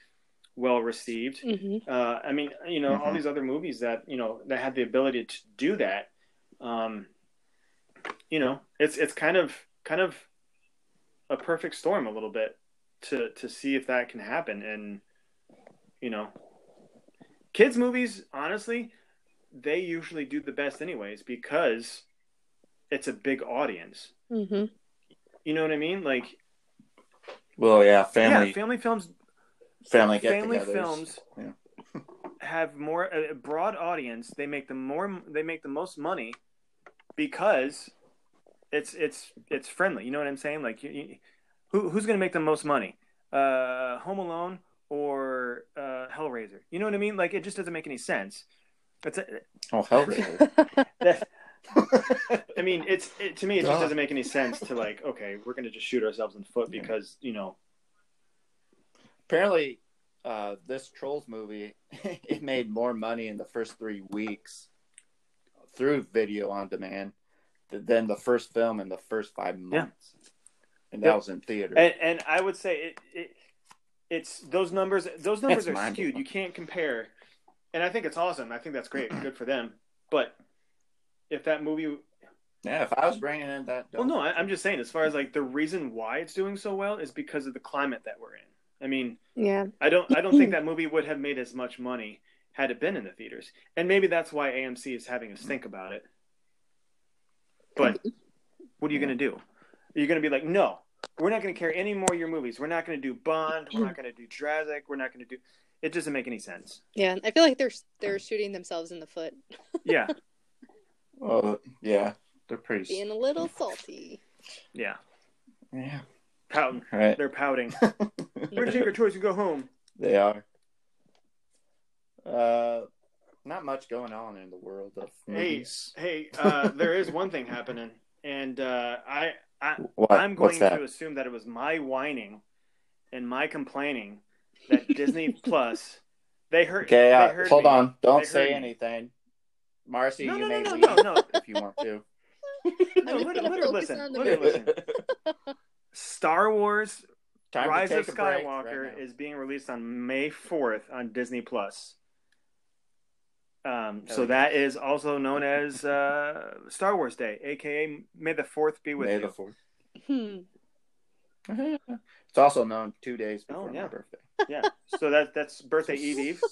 well received. Mm-hmm. Uh, I mean, you know, all Mhm. these other movies that you know that had the ability to do that. Um, you know, it's it's kind of kind of a perfect storm a little bit to to see if that can happen. And you know, kids movies, honestly, they usually do the best anyways because it's a big audience. Mm-hmm. You know what I mean? Like, well, yeah, family yeah, family films family get family togethers. films Yeah. have more a a broad audience. They make the more they make the most money because it's it's it's friendly. You know what I'm saying? Like, you, you, who who's going to make the most money? Uh, Home Alone or uh, Hellraiser? You know what I mean? Like, it just doesn't make any sense. It's a, Oh, Hellraiser. that, I mean, it's it, to me, it just Duh. doesn't make any sense to like, okay, we're going to just shoot ourselves in the foot Yeah. because you know, [laughs] apparently uh, this trolls movie [laughs] it made more money in the first three weeks through video on demand th- than the first film in the first five months and that Yep. was in theater and, and I would say it, it it's those numbers those numbers That's are mind skewed. blowing. You can't compare, and I think it's awesome. I think that's great, good for them. But if that movie, yeah if i was bringing in that well, no, I, I'm just saying as far as like the reason why it's doing so well is because of the climate that we're in. I mean, Yeah. I don't I don't think that movie would have made as much money had it been in the theaters, and maybe that's why AMC is having us think about it. But what are you going to do? You're going to be like, no, we're not going to carry any more of your movies. We're not going to do Bond. We're not going to do Jurassic. We're not going to do. It doesn't make any sense. Yeah. I feel like they're they're shooting themselves in the foot, Yeah, Well, Oh, yeah they're pretty s- being a little salty. yeah. yeah Pouting. right They're pouting. We're going to take our choice and go home. they are uh not much going on in the world of Hey, movies hey, uh, there is one thing happening, and uh, I what, I'm going what's that to assume that it was my whining and my complaining [laughs] that Disney Plus they heard. okay they uh, heard hold me. on They don't heard say me. anything marcy No, you no, may no, leave no, no, no. if you want [laughs] to No, I'm just let, her- gonna let her focus listen. on the Let her movie. listen. Star Wars: [laughs] Time Rise to of take a break Skywalker right now. is being released on May fourth on Disney Plus. Um, so Hell that is also known as uh, Star Wars Day, aka May the Fourth be with May you. the fourth. Hmm. [laughs] it's also known two days before Oh, yeah. my birthday. Yeah. So that that's birthday Eve Eve.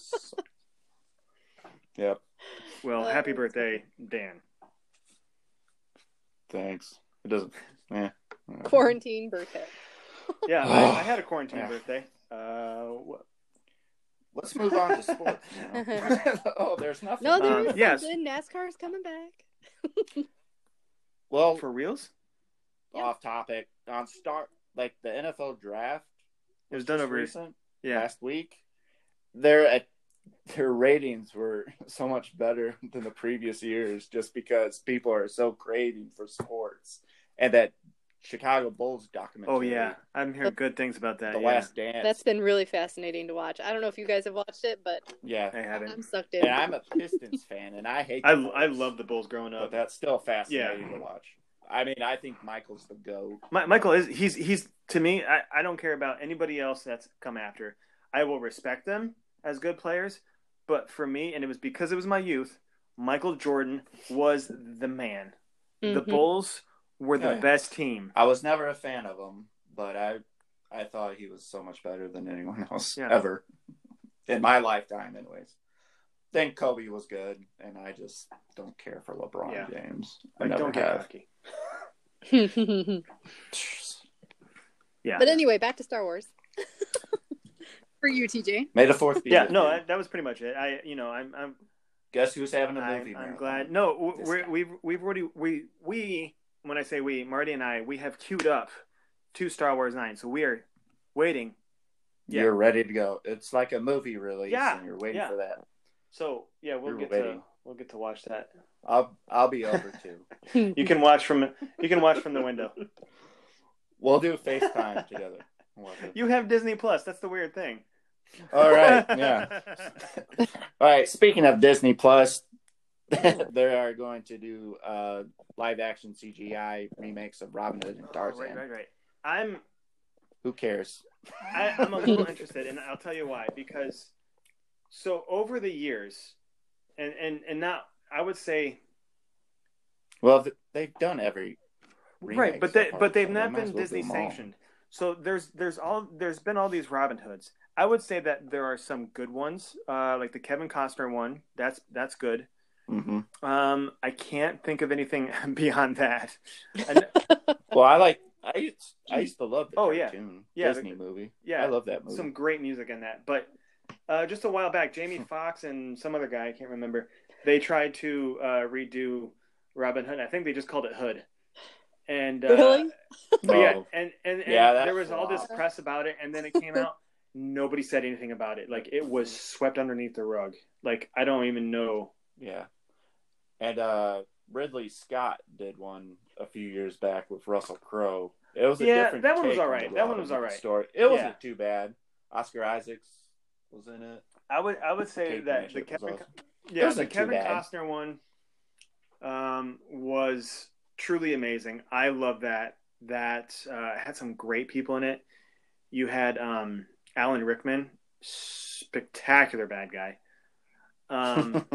[laughs] Yep. Well, Oh, [laughs] happy that's birthday, Dan. Thanks. It doesn't. [laughs] eh, Yeah. Hmm. Quarantine birthday. [sighs] Yeah, I, I had a quarantine Yeah. birthday. Uh, Let's move on to sports. you know. [laughs] [laughs] oh, there's nothing. No, there Um, is yes. something. NASCAR is coming back. well, for reals? off topic on start like the NFL draft. It was done just over- recent Yeah. last week. Their at their ratings were [laughs] so much better than the previous years, just because people are so craving for sports, and that Chicago Bulls documentary. Oh yeah, I'm hearing good things about that. the yeah. last dance. That's been really fascinating to watch. I don't know if you guys have watched it, but yeah. I haven't. I'm sucked in. And I'm a Pistons fan, and I hate. I the I Bulls, love the Bulls growing but up. that's still fascinating to watch. I mean, I think Michael's the go. My, Michael is he's he's to me. I, I don't care about anybody else that's come after. I will respect them as good players, but for me, and it was because it was my youth. Michael Jordan was the man. The Mhm. Bulls were the Yeah. best team. I was never a fan of him, but I I thought he was so much better than anyone [laughs] else Yeah. ever in my lifetime, anyways. then Kobe was good, and I just don't care for LeBron Yeah. James. I Like, never don't get have. cocky. [laughs] but Yeah. anyway, back to Star Wars. [laughs] For you, TJ. [sighs] May the fourth [laughs] be. yeah, with no, you. that, that was pretty much it. I, you know, I'm, I'm, Guess who's having a movie? I'm, marathon? I'm glad. No, w- this we're, time. we've, we've already, we, we, when I say we, Marty and I, we have queued up two Star Wars nine, so we are waiting. Yeah. you're ready to go. It's like a movie release, Yeah, and you're waiting yeah. for that. So yeah, we'll We're get to, waiting. we'll get to watch that. I'll I'll be over [laughs] too. You can watch from, you can watch from the [laughs] window. We'll do FaceTime [laughs] together. We'll do- You have Disney Plus. That's the weird thing. All right, yeah. [laughs] All right. Speaking of Disney Plus, [laughs] they are going to do uh, live action CGI remakes of Robin Hood and Tarzan. Right, right, right. I'm Who cares? I, I'm a little interested, and I'll tell you why. Because so over the years, and and and not I would say Well, th- they've done every remake right, but so they far, but they've so not they might been as well do Disney them all. sanctioned. So there's there's all there's been all these Robin Hoods. I would say that there are some good ones, uh, like the Kevin Costner one. That's that's good. Mhm. Um, I can't think of anything [laughs] beyond that. And- Well, I like. I used, I used to love the Oh, yeah. cartoon Yeah, Disney movie. yeah, I love that movie. some great music in that. But uh, just a while back, Jamie Foxx and some other guy I can't remember, they tried to uh, redo Robin Hood. I think they just called it Hood. And uh, Really? but Oh. yeah, No. and and, and Yeah, that there was all this flopped. press about it, and then it came out. Nobody said anything about it. Like it was swept underneath the rug. Like I don't even know. Yeah. And uh Ridley Scott did one a few years back with Russell Crowe. It was a Yeah, different that one was take on alright. the That one Robin was Hood alright. Story. It wasn't Yeah. too bad. Oscar Isaacs was in it. I would I would say Kate that the Blanchett was Kevin awesome. yeah the wasn't too Kevin bad. Costner one um, was truly amazing. I love that. That uh, had some great people in it. You had um, Alan Rickman, spectacular bad guy. [laughs] Um,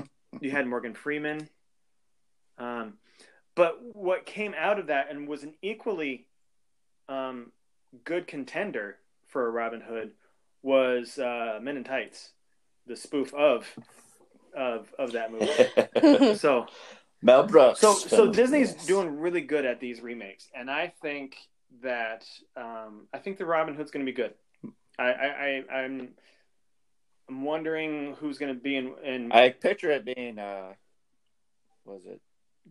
you had Morgan Freeman. Um, but what came out of that and was an equally um, good contender for a Robin Hood was uh, Men in Tights, the spoof of of of that [laughs] movie. [laughs] so Mel Brooks. so so Yes. Disney's doing really good at these remakes, and I think that um, I think the Robin Hood's going to be good. I, I, I I'm I'm wondering who's going to be in. in I picture it being uh was it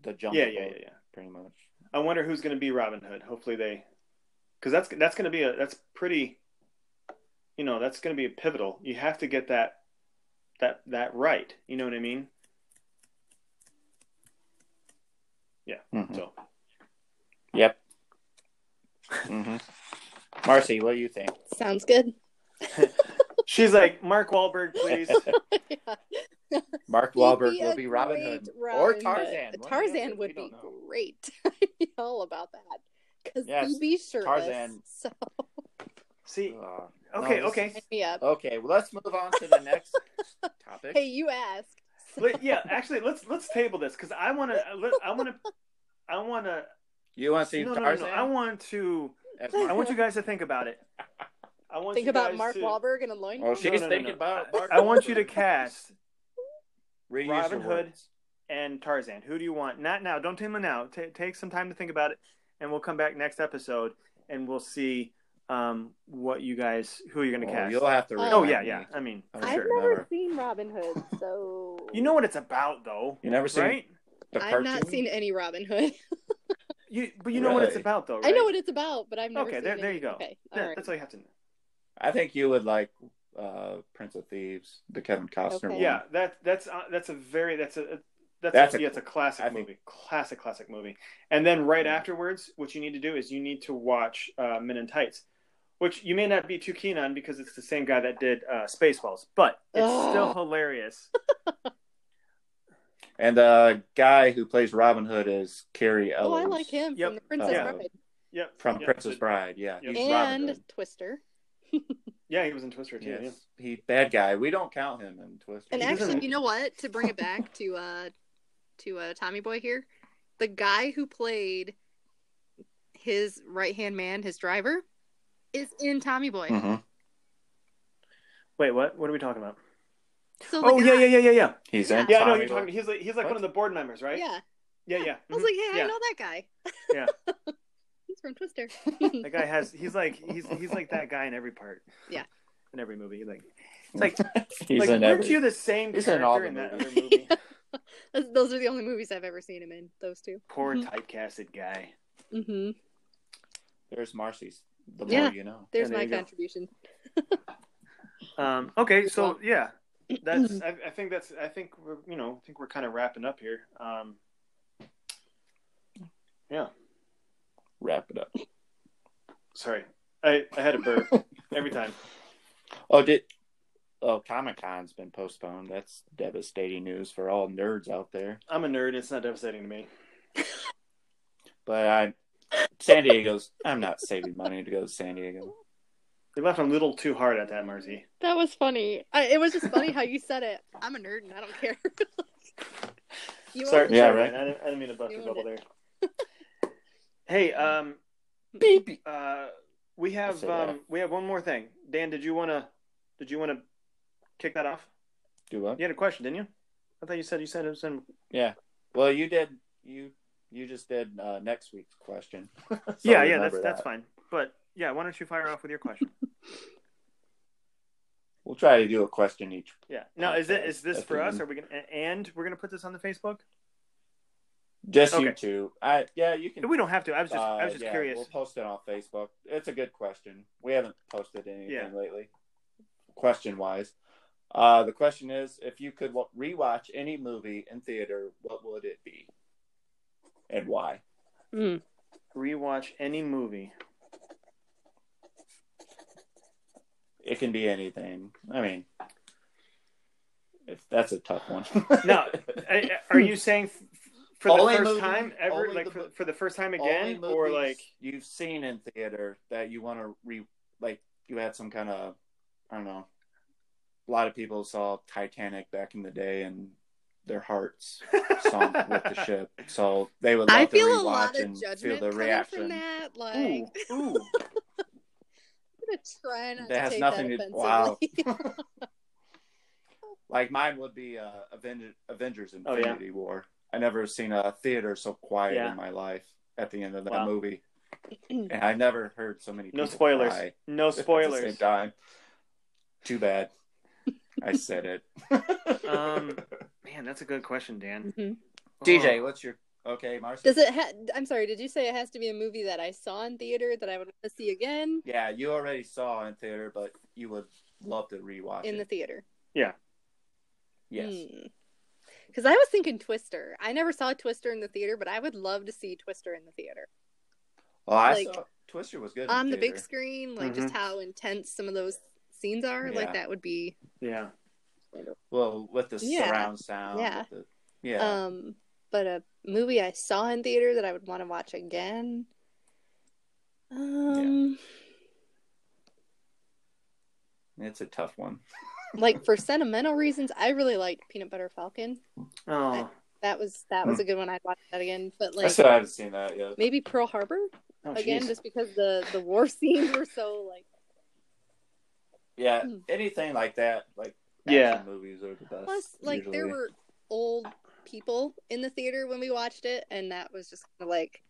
the jungle yeah, yeah, yeah, yeah. pretty much. I wonder who's going to be Robin Hood. Hopefully they, because that's that's going to be a that's pretty, you know, that's going to be a pivotal. You have to get that that that right. You know what I mean? Mhm. So Yep. hmm Marcy, what do you think? Sounds good. she's like Mark Wahlberg, please. Mark He'd [laughs] Wahlberg be will a be Robin great Hood Robin or Hood. Tarzan. One or the other, Tarzan we would don't be know. great. [laughs] I'd be all about that because Yes, he'd be shirtless. Tarzan. So [laughs] See, Uh, no, okay, this- okay. sign me up. Okay, well, let's move on to the [laughs] next topic. Hey, you asked. Let- yeah, actually, let's let's table this because I want to. I want to. I want to. you want to see No, no, no, Tarzan? no. I want to. That's I my- want you guys to think about it. I want Think you about guys Mark to, Wahlberg and a loin Oh, cloth. she's No, no, no, thinking no. about. Mark I want you to Wahlberg. cast [laughs] Reuse Robin the Hood. words. and Tarzan. Who do you want? Not now. Don't table it now. Ta take some time to think about it, and we'll come back next episode and we'll see um, what you guys who you're going to Oh, cast. You'll have to. Oh, Oh remind yeah, me. yeah. I mean, I for don't I've sure. know. never remember. seen Robin [laughs] Hood, so You know what it's about, though, You never seen right? the I've cartoon? not seen any Robin Hood. You, but you know what it's Right. about, though. Right? I know what it's about, but I've never. Okay, seen there- it. there you go. Okay, all Yeah, right. That's all you have to know. I think you would like uh, Prince of Thieves, the Kevin Costner Okay. one. Yeah, that that's uh, that's a very that's a that's, That's a, a- yeah, it's a classic I movie, think- classic classic movie. And then right Yeah. afterwards, what you need to do is you need to watch uh, Men in Tights, which you may not be too keen on because it's the same guy that did uh, Spaceballs, but it's still Ugh. [laughs] hilarious. And the guy who plays Robin Hood is Carrie Oh, Ellis. I like him Yep. from The Princess Yeah. Bride Yep, From yep. Princess Bride, yeah. Yep. He's Robin and Hood. Twister. Yeah, he was in Twister too. Yes. He bad guy. We don't count him in Twister. And He doesn't- actually, you know what? To bring it back to [laughs] uh to uh Tommy Boy here, the guy who played his right hand man, his driver, is in Tommy Boy. Mm-hmm. Mhm. Wait, what? What are we talking about? So the Oh yeah, guy- yeah, yeah, yeah, yeah. He's Yeah. in Yeah, I know who Tommy you're talking. He's like he's like What? one of the board members, right? Yeah. yeah, yeah. I was like, hey, Yeah. I know that guy. Yeah. [laughs] He's from [laughs] Twister. [laughs] mhm. that guy has. He's like he's he's like that guy in every part. Yeah. [laughs] in every movie, like Mm. it's like He's like in weren't every- you the same he's in all character in, the that [laughs] other movies. movie? [laughs] Those- Those are the only movies I've ever seen him in. Those 2 Poor Mhm. typecasted guy. Mm-hmm. There's Marcy's. The more Yeah. you know. There's Yeah, there my you go. contribution. Um, okay, so Well- [clears throat] yeah, that's. I, I think that's. I think we're. You know, I think we're kind of wrapping up here. Um, Wrap it up. sorry, I I had a burp [laughs] every time. Oh, did oh Comic Con's been postponed. That's devastating news for all nerds out there. I'm a nerd. It's not devastating to me. But I, San Diego's. I'm not saving money to go to San Diego. They left a little too hard at that, Marcy. That was funny. I, it was just [laughs] funny how you said it. I'm a nerd and I don't care. [laughs] you sorry, own it. Yeah, sorry, right. I didn't, I didn't mean to bust You your owned bubble there. [laughs] hey, um, Beep. uh, we have say that. um, we have one more thing. Dan, did you wanna did you wanna kick that off? Do what? You had a question, didn't you? I thought you said you said it was in. [laughs] Yeah. Well, you did. You you just did uh, next week's question. So yeah, yeah, remember that's that's that. fine. But yeah, why don't you fire off with your [laughs] question? We'll try to do a question each. Yeah. Now, is it Okay. is this That's for even- us? Are we gonna a- and we're gonna put this on the Facebook? Just you Okay. two. I yeah, you can. We don't have to. I was just I uh, was just yeah, curious. We'll post it on Facebook. It's a good question. We haven't posted anything Yeah. lately, question wise. Uh, the question is if you could wa- rewatch any movie in theater, what would it be and why? Mm. Rewatch any movie. It can be anything. I mean, if that's a tough one. [laughs] [laughs] No, I, I- are you saying f- f- for the Only first movie- time ever, only like the for, mo- for the first time Only again, or movies like you've seen in theater that you want to re like you had some kind of I don't know. A lot of people saw Titanic back in the day and their hearts [laughs] sunk with the ship, so they would. Love I to feel rewatch a lot of and judgment feel the coming reaction. from that. Like, [laughs] Ooh, ooh. I'm gonna try not That to has take nothing that to- wow. offensively. Like mine would be uh, Avenger, Avengers: Oh, yeah. Infinity War. I never seen a theater so quiet Yeah. in my life at the end of that [clears throat] Wow. movie, and I never heard so many No people spoilers. cry. No [laughs] At the same spoilers. time. Too bad. I said it. [laughs] [laughs] um, man, that's a good question, Dan. Mhm. DJ, Oh. what's your okay, Marcy? [laughs] Does it? Ha- I'm sorry. Did you say it has to be a movie that I saw in theater that I would want to see again Yeah, you already saw in theater, but you would love to rewatch in the it. theater? yes. Because I was thinking Twister. I never saw Twister in the theater, but I would love to see Twister in the theater Well, I like, saw Twister was good in on the theater. Mm-hmm. big screen. Like just how intense some of those scenes are. Yeah. Like that would be. Yeah. Well, with the Yeah. surround sound. Yeah. with the- yeah. Um, but a movie I saw in theater that I would want to watch again. Um, it's a tough one. like for sentimental reasons, I really liked Peanut Butter Falcon. Oh, That was that Hmm. was a good one. I'd watch that again. But I like still haven't seen that yet. maybe Pearl Harbor oh again, jeez. just because the the war [laughs] scenes were so like Yeah. Hmm. Anything like that, like Yeah. action movies are the best. plus like there usually. were old people in the theater when we watched it, and that was just kind of like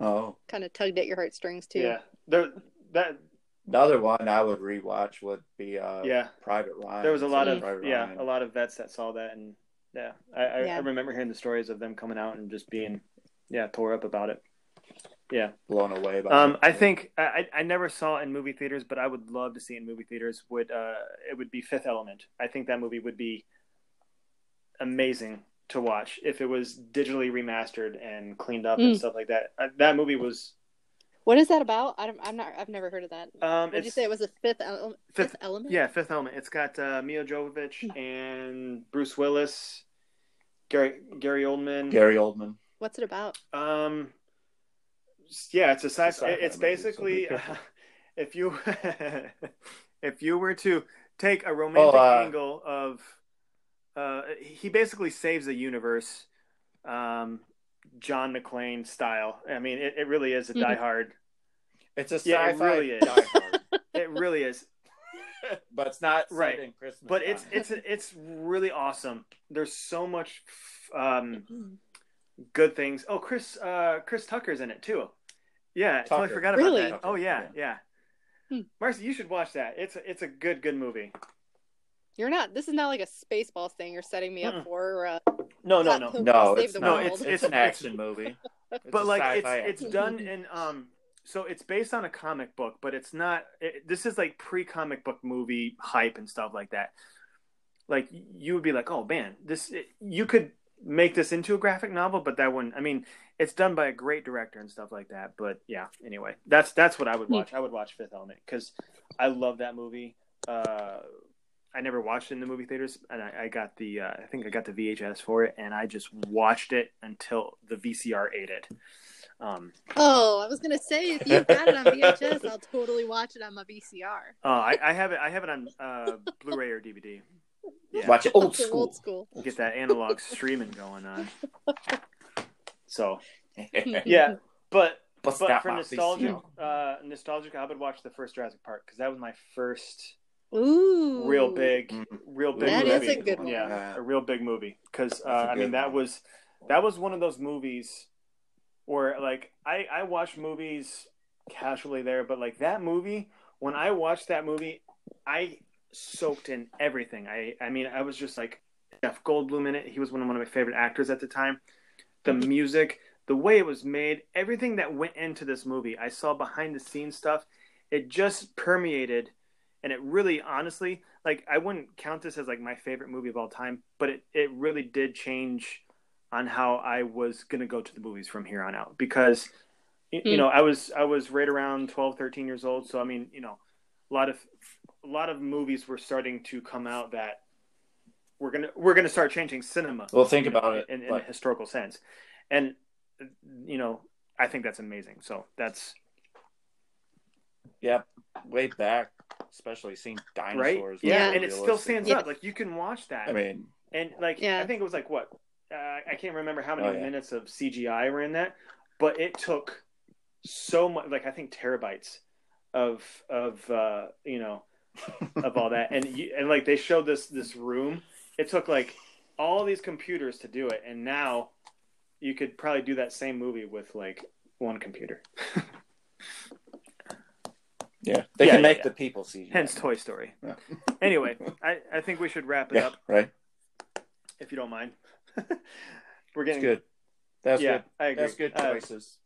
Oh. kind of tugged at your heartstrings too. Yeah. There, that. Another one I would rewatch would be uh Yeah. Private Ryan. There was a lot of Private yeah, Ryan. a lot of vets that saw that, and yeah, I, I, I Yeah. remember hearing the stories of them coming out and just being yeah tore up about it. Yeah. blown away by Um, it. I think I, I I never saw in movie theaters, but I would love to see in movie theaters. Would uh, it would be Fifth Element? I think that movie would be amazing to watch if it was digitally remastered and cleaned up and Mm. stuff like that. Uh, that movie was. What is that about? I don't, I'm not. I've never heard of that. Um, Did you it's- say it was a fifth, ele- fifth, Fifth- element? Yeah, Fifth Element. It's got uh, Mia Jovovich and Bruce Willis, Gary Gary Oldman. Gary Oldman. What's it about? Um, yeah, it's a sci. It's a sci-fi It's movie, so basically be uh, careful. [laughs] if you [laughs] if you were to take a romantic Oh, uh, angle of uh, he basically saves the universe, um, John McClane style. I mean, it, it really is a Mhm. Die Hard. It's a Yeah, it sci-fi. really is. Die Hard. It really is. but it's not set Right. in Christmas. but it's time. it's it's really awesome. There's so much um, good things. Oh, Chris uh, Chris Tucker's in it too. Yeah, I totally Tucker. forgot about Really? that. Oh yeah, yeah. Hmm. Marcy, you should watch that. It's a, it's a good good movie. You're not. This is not like a Spaceballs thing you're setting me Mm-mm. up for. Or a, No, no, Not no. Pope. no, Save it's the not. world. It's, it's, It's- an it's- [laughs] action movie. It's a but like sci-fi it's action. it's done in um so it's based on a comic book but it's not it, this is like pre comic book movie hype and stuff like that like you would be like oh man this it, you could make this into a graphic novel but that wouldn't i mean it's done by a great director and stuff like that but yeah anyway that's that's what i would watch i would watch fifth element because i love that movie uh I never watched it in the movie theaters, and I, I got the uh, I think I got the VHS for it, and I just watched it until the VCR ate it. Um, oh, I was gonna say if you got it on VHS, I'll totally watch it on my VCR. uh, I, I have it. I have it on uh, Blu-ray or DVD. Yeah, Watch it old They're school. Old school. get that analog streaming going on. So [laughs] Bust [laughs] yeah, but Hmm. [laughs] but out for my nostalgic, VCR. uh, nostalgic, I would watch the first Jurassic Park because that was my first Ooh, real big, Mm. real big. That is movie. a good one. Yeah, a real big movie because uh, That's a I mean good that one. was that was one of those movies where like I I watch movies casually there, but like that movie when I watched that movie, I soaked in everything. I I mean I was just like Jeff Goldblum in it. He was one of one of my favorite actors at the time. The Mm-hmm. music, the way it was made, everything that went into this movie, I saw behind the scenes stuff. It just permeated and it really honestly like i wouldn't count this as like my favorite movie of all time but it, it really did change on how i was going to go to the movies from here on out because y- you Hmm. know i was i was right around 12 13 years old so i mean you know a lot of a lot of movies were starting to come out that we're going to we're going to start changing cinema Well, think you know, about it. in, in a like, historical sense and you know i think that's amazing so that's way back, especially seeing right dinosaurs. Yeah. and it still stands realistically. up like you can watch that I mean, and like Yeah. I think it was like what uh, I can't remember how many Oh, yeah. minutes of CGI were in that, but it took so much. Like I think terabytes of of uh, you know of all that, and you, and like they showed this this room. It took like all these computers to do it, and now you could probably do that same movie with like one computer. yeah, they Yeah, can yeah, make yeah. the people see. Hence Toy Story. Yeah. anyway, I I think we should wrap it Yeah, up right. if you don't mind. [laughs] We're That's getting good. That's yeah, good. I agree. That's good [laughs] Uh, choices.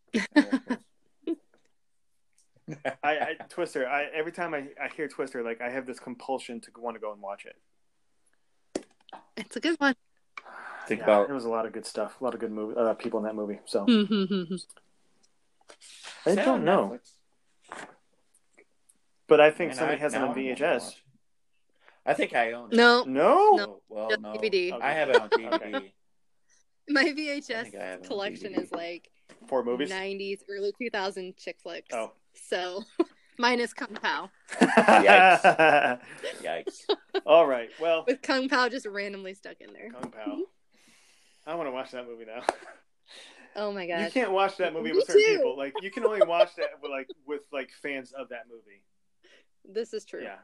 I, I Twister. I every time I, I hear Twister, like I have this compulsion to want to go and watch it. it's a good one. [laughs] Think about- there was a lot of good stuff, a lot of good movie, uh, people in that movie. So Hmm. I Is that don't on know, Netflix? but I think Man, somebody I- has it now on I wanna VHS. watch it. I think I own it. no, No, Oh, well, just no. DVD. I have it on DVD. My I think I have it VHS on collection DVD. is like four movies. 90s, early 2000 chick flicks. [laughs] Oh, [laughs] So [laughs] mine is Kung Pao. Yikes. Yikes. all right. Well, With Kung Pao just randomly stuck in there. Kung Pao. I want to watch that movie now. Oh my You god. can't watch that movie Me with certain too. people. Like you can only watch that with like with like fans of that movie. This is true. Yeah.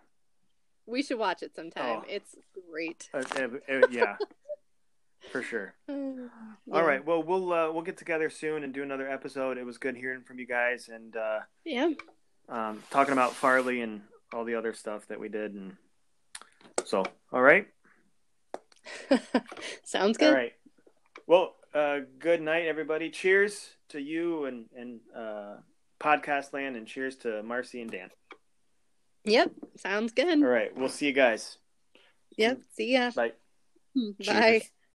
We should watch it sometime. Oh. It's great. [sighs] Uh, uh, uh, yeah. For sure. All right. Well, we'll uh, we'll get together soon and do another episode. It was good hearing from you guys and uh, Yeah. um, talking about Farley and all the other stuff that we did. And so, all right, [laughs] Sounds all good. right. Well, uh, good night, everybody. Cheers to you and and uh, podcast land, and cheers to Marcy and Dan. Yep. Sounds good. All right, we'll see you guys. Yep. See ya. Bye. Mm-hmm. Bye. Cheers.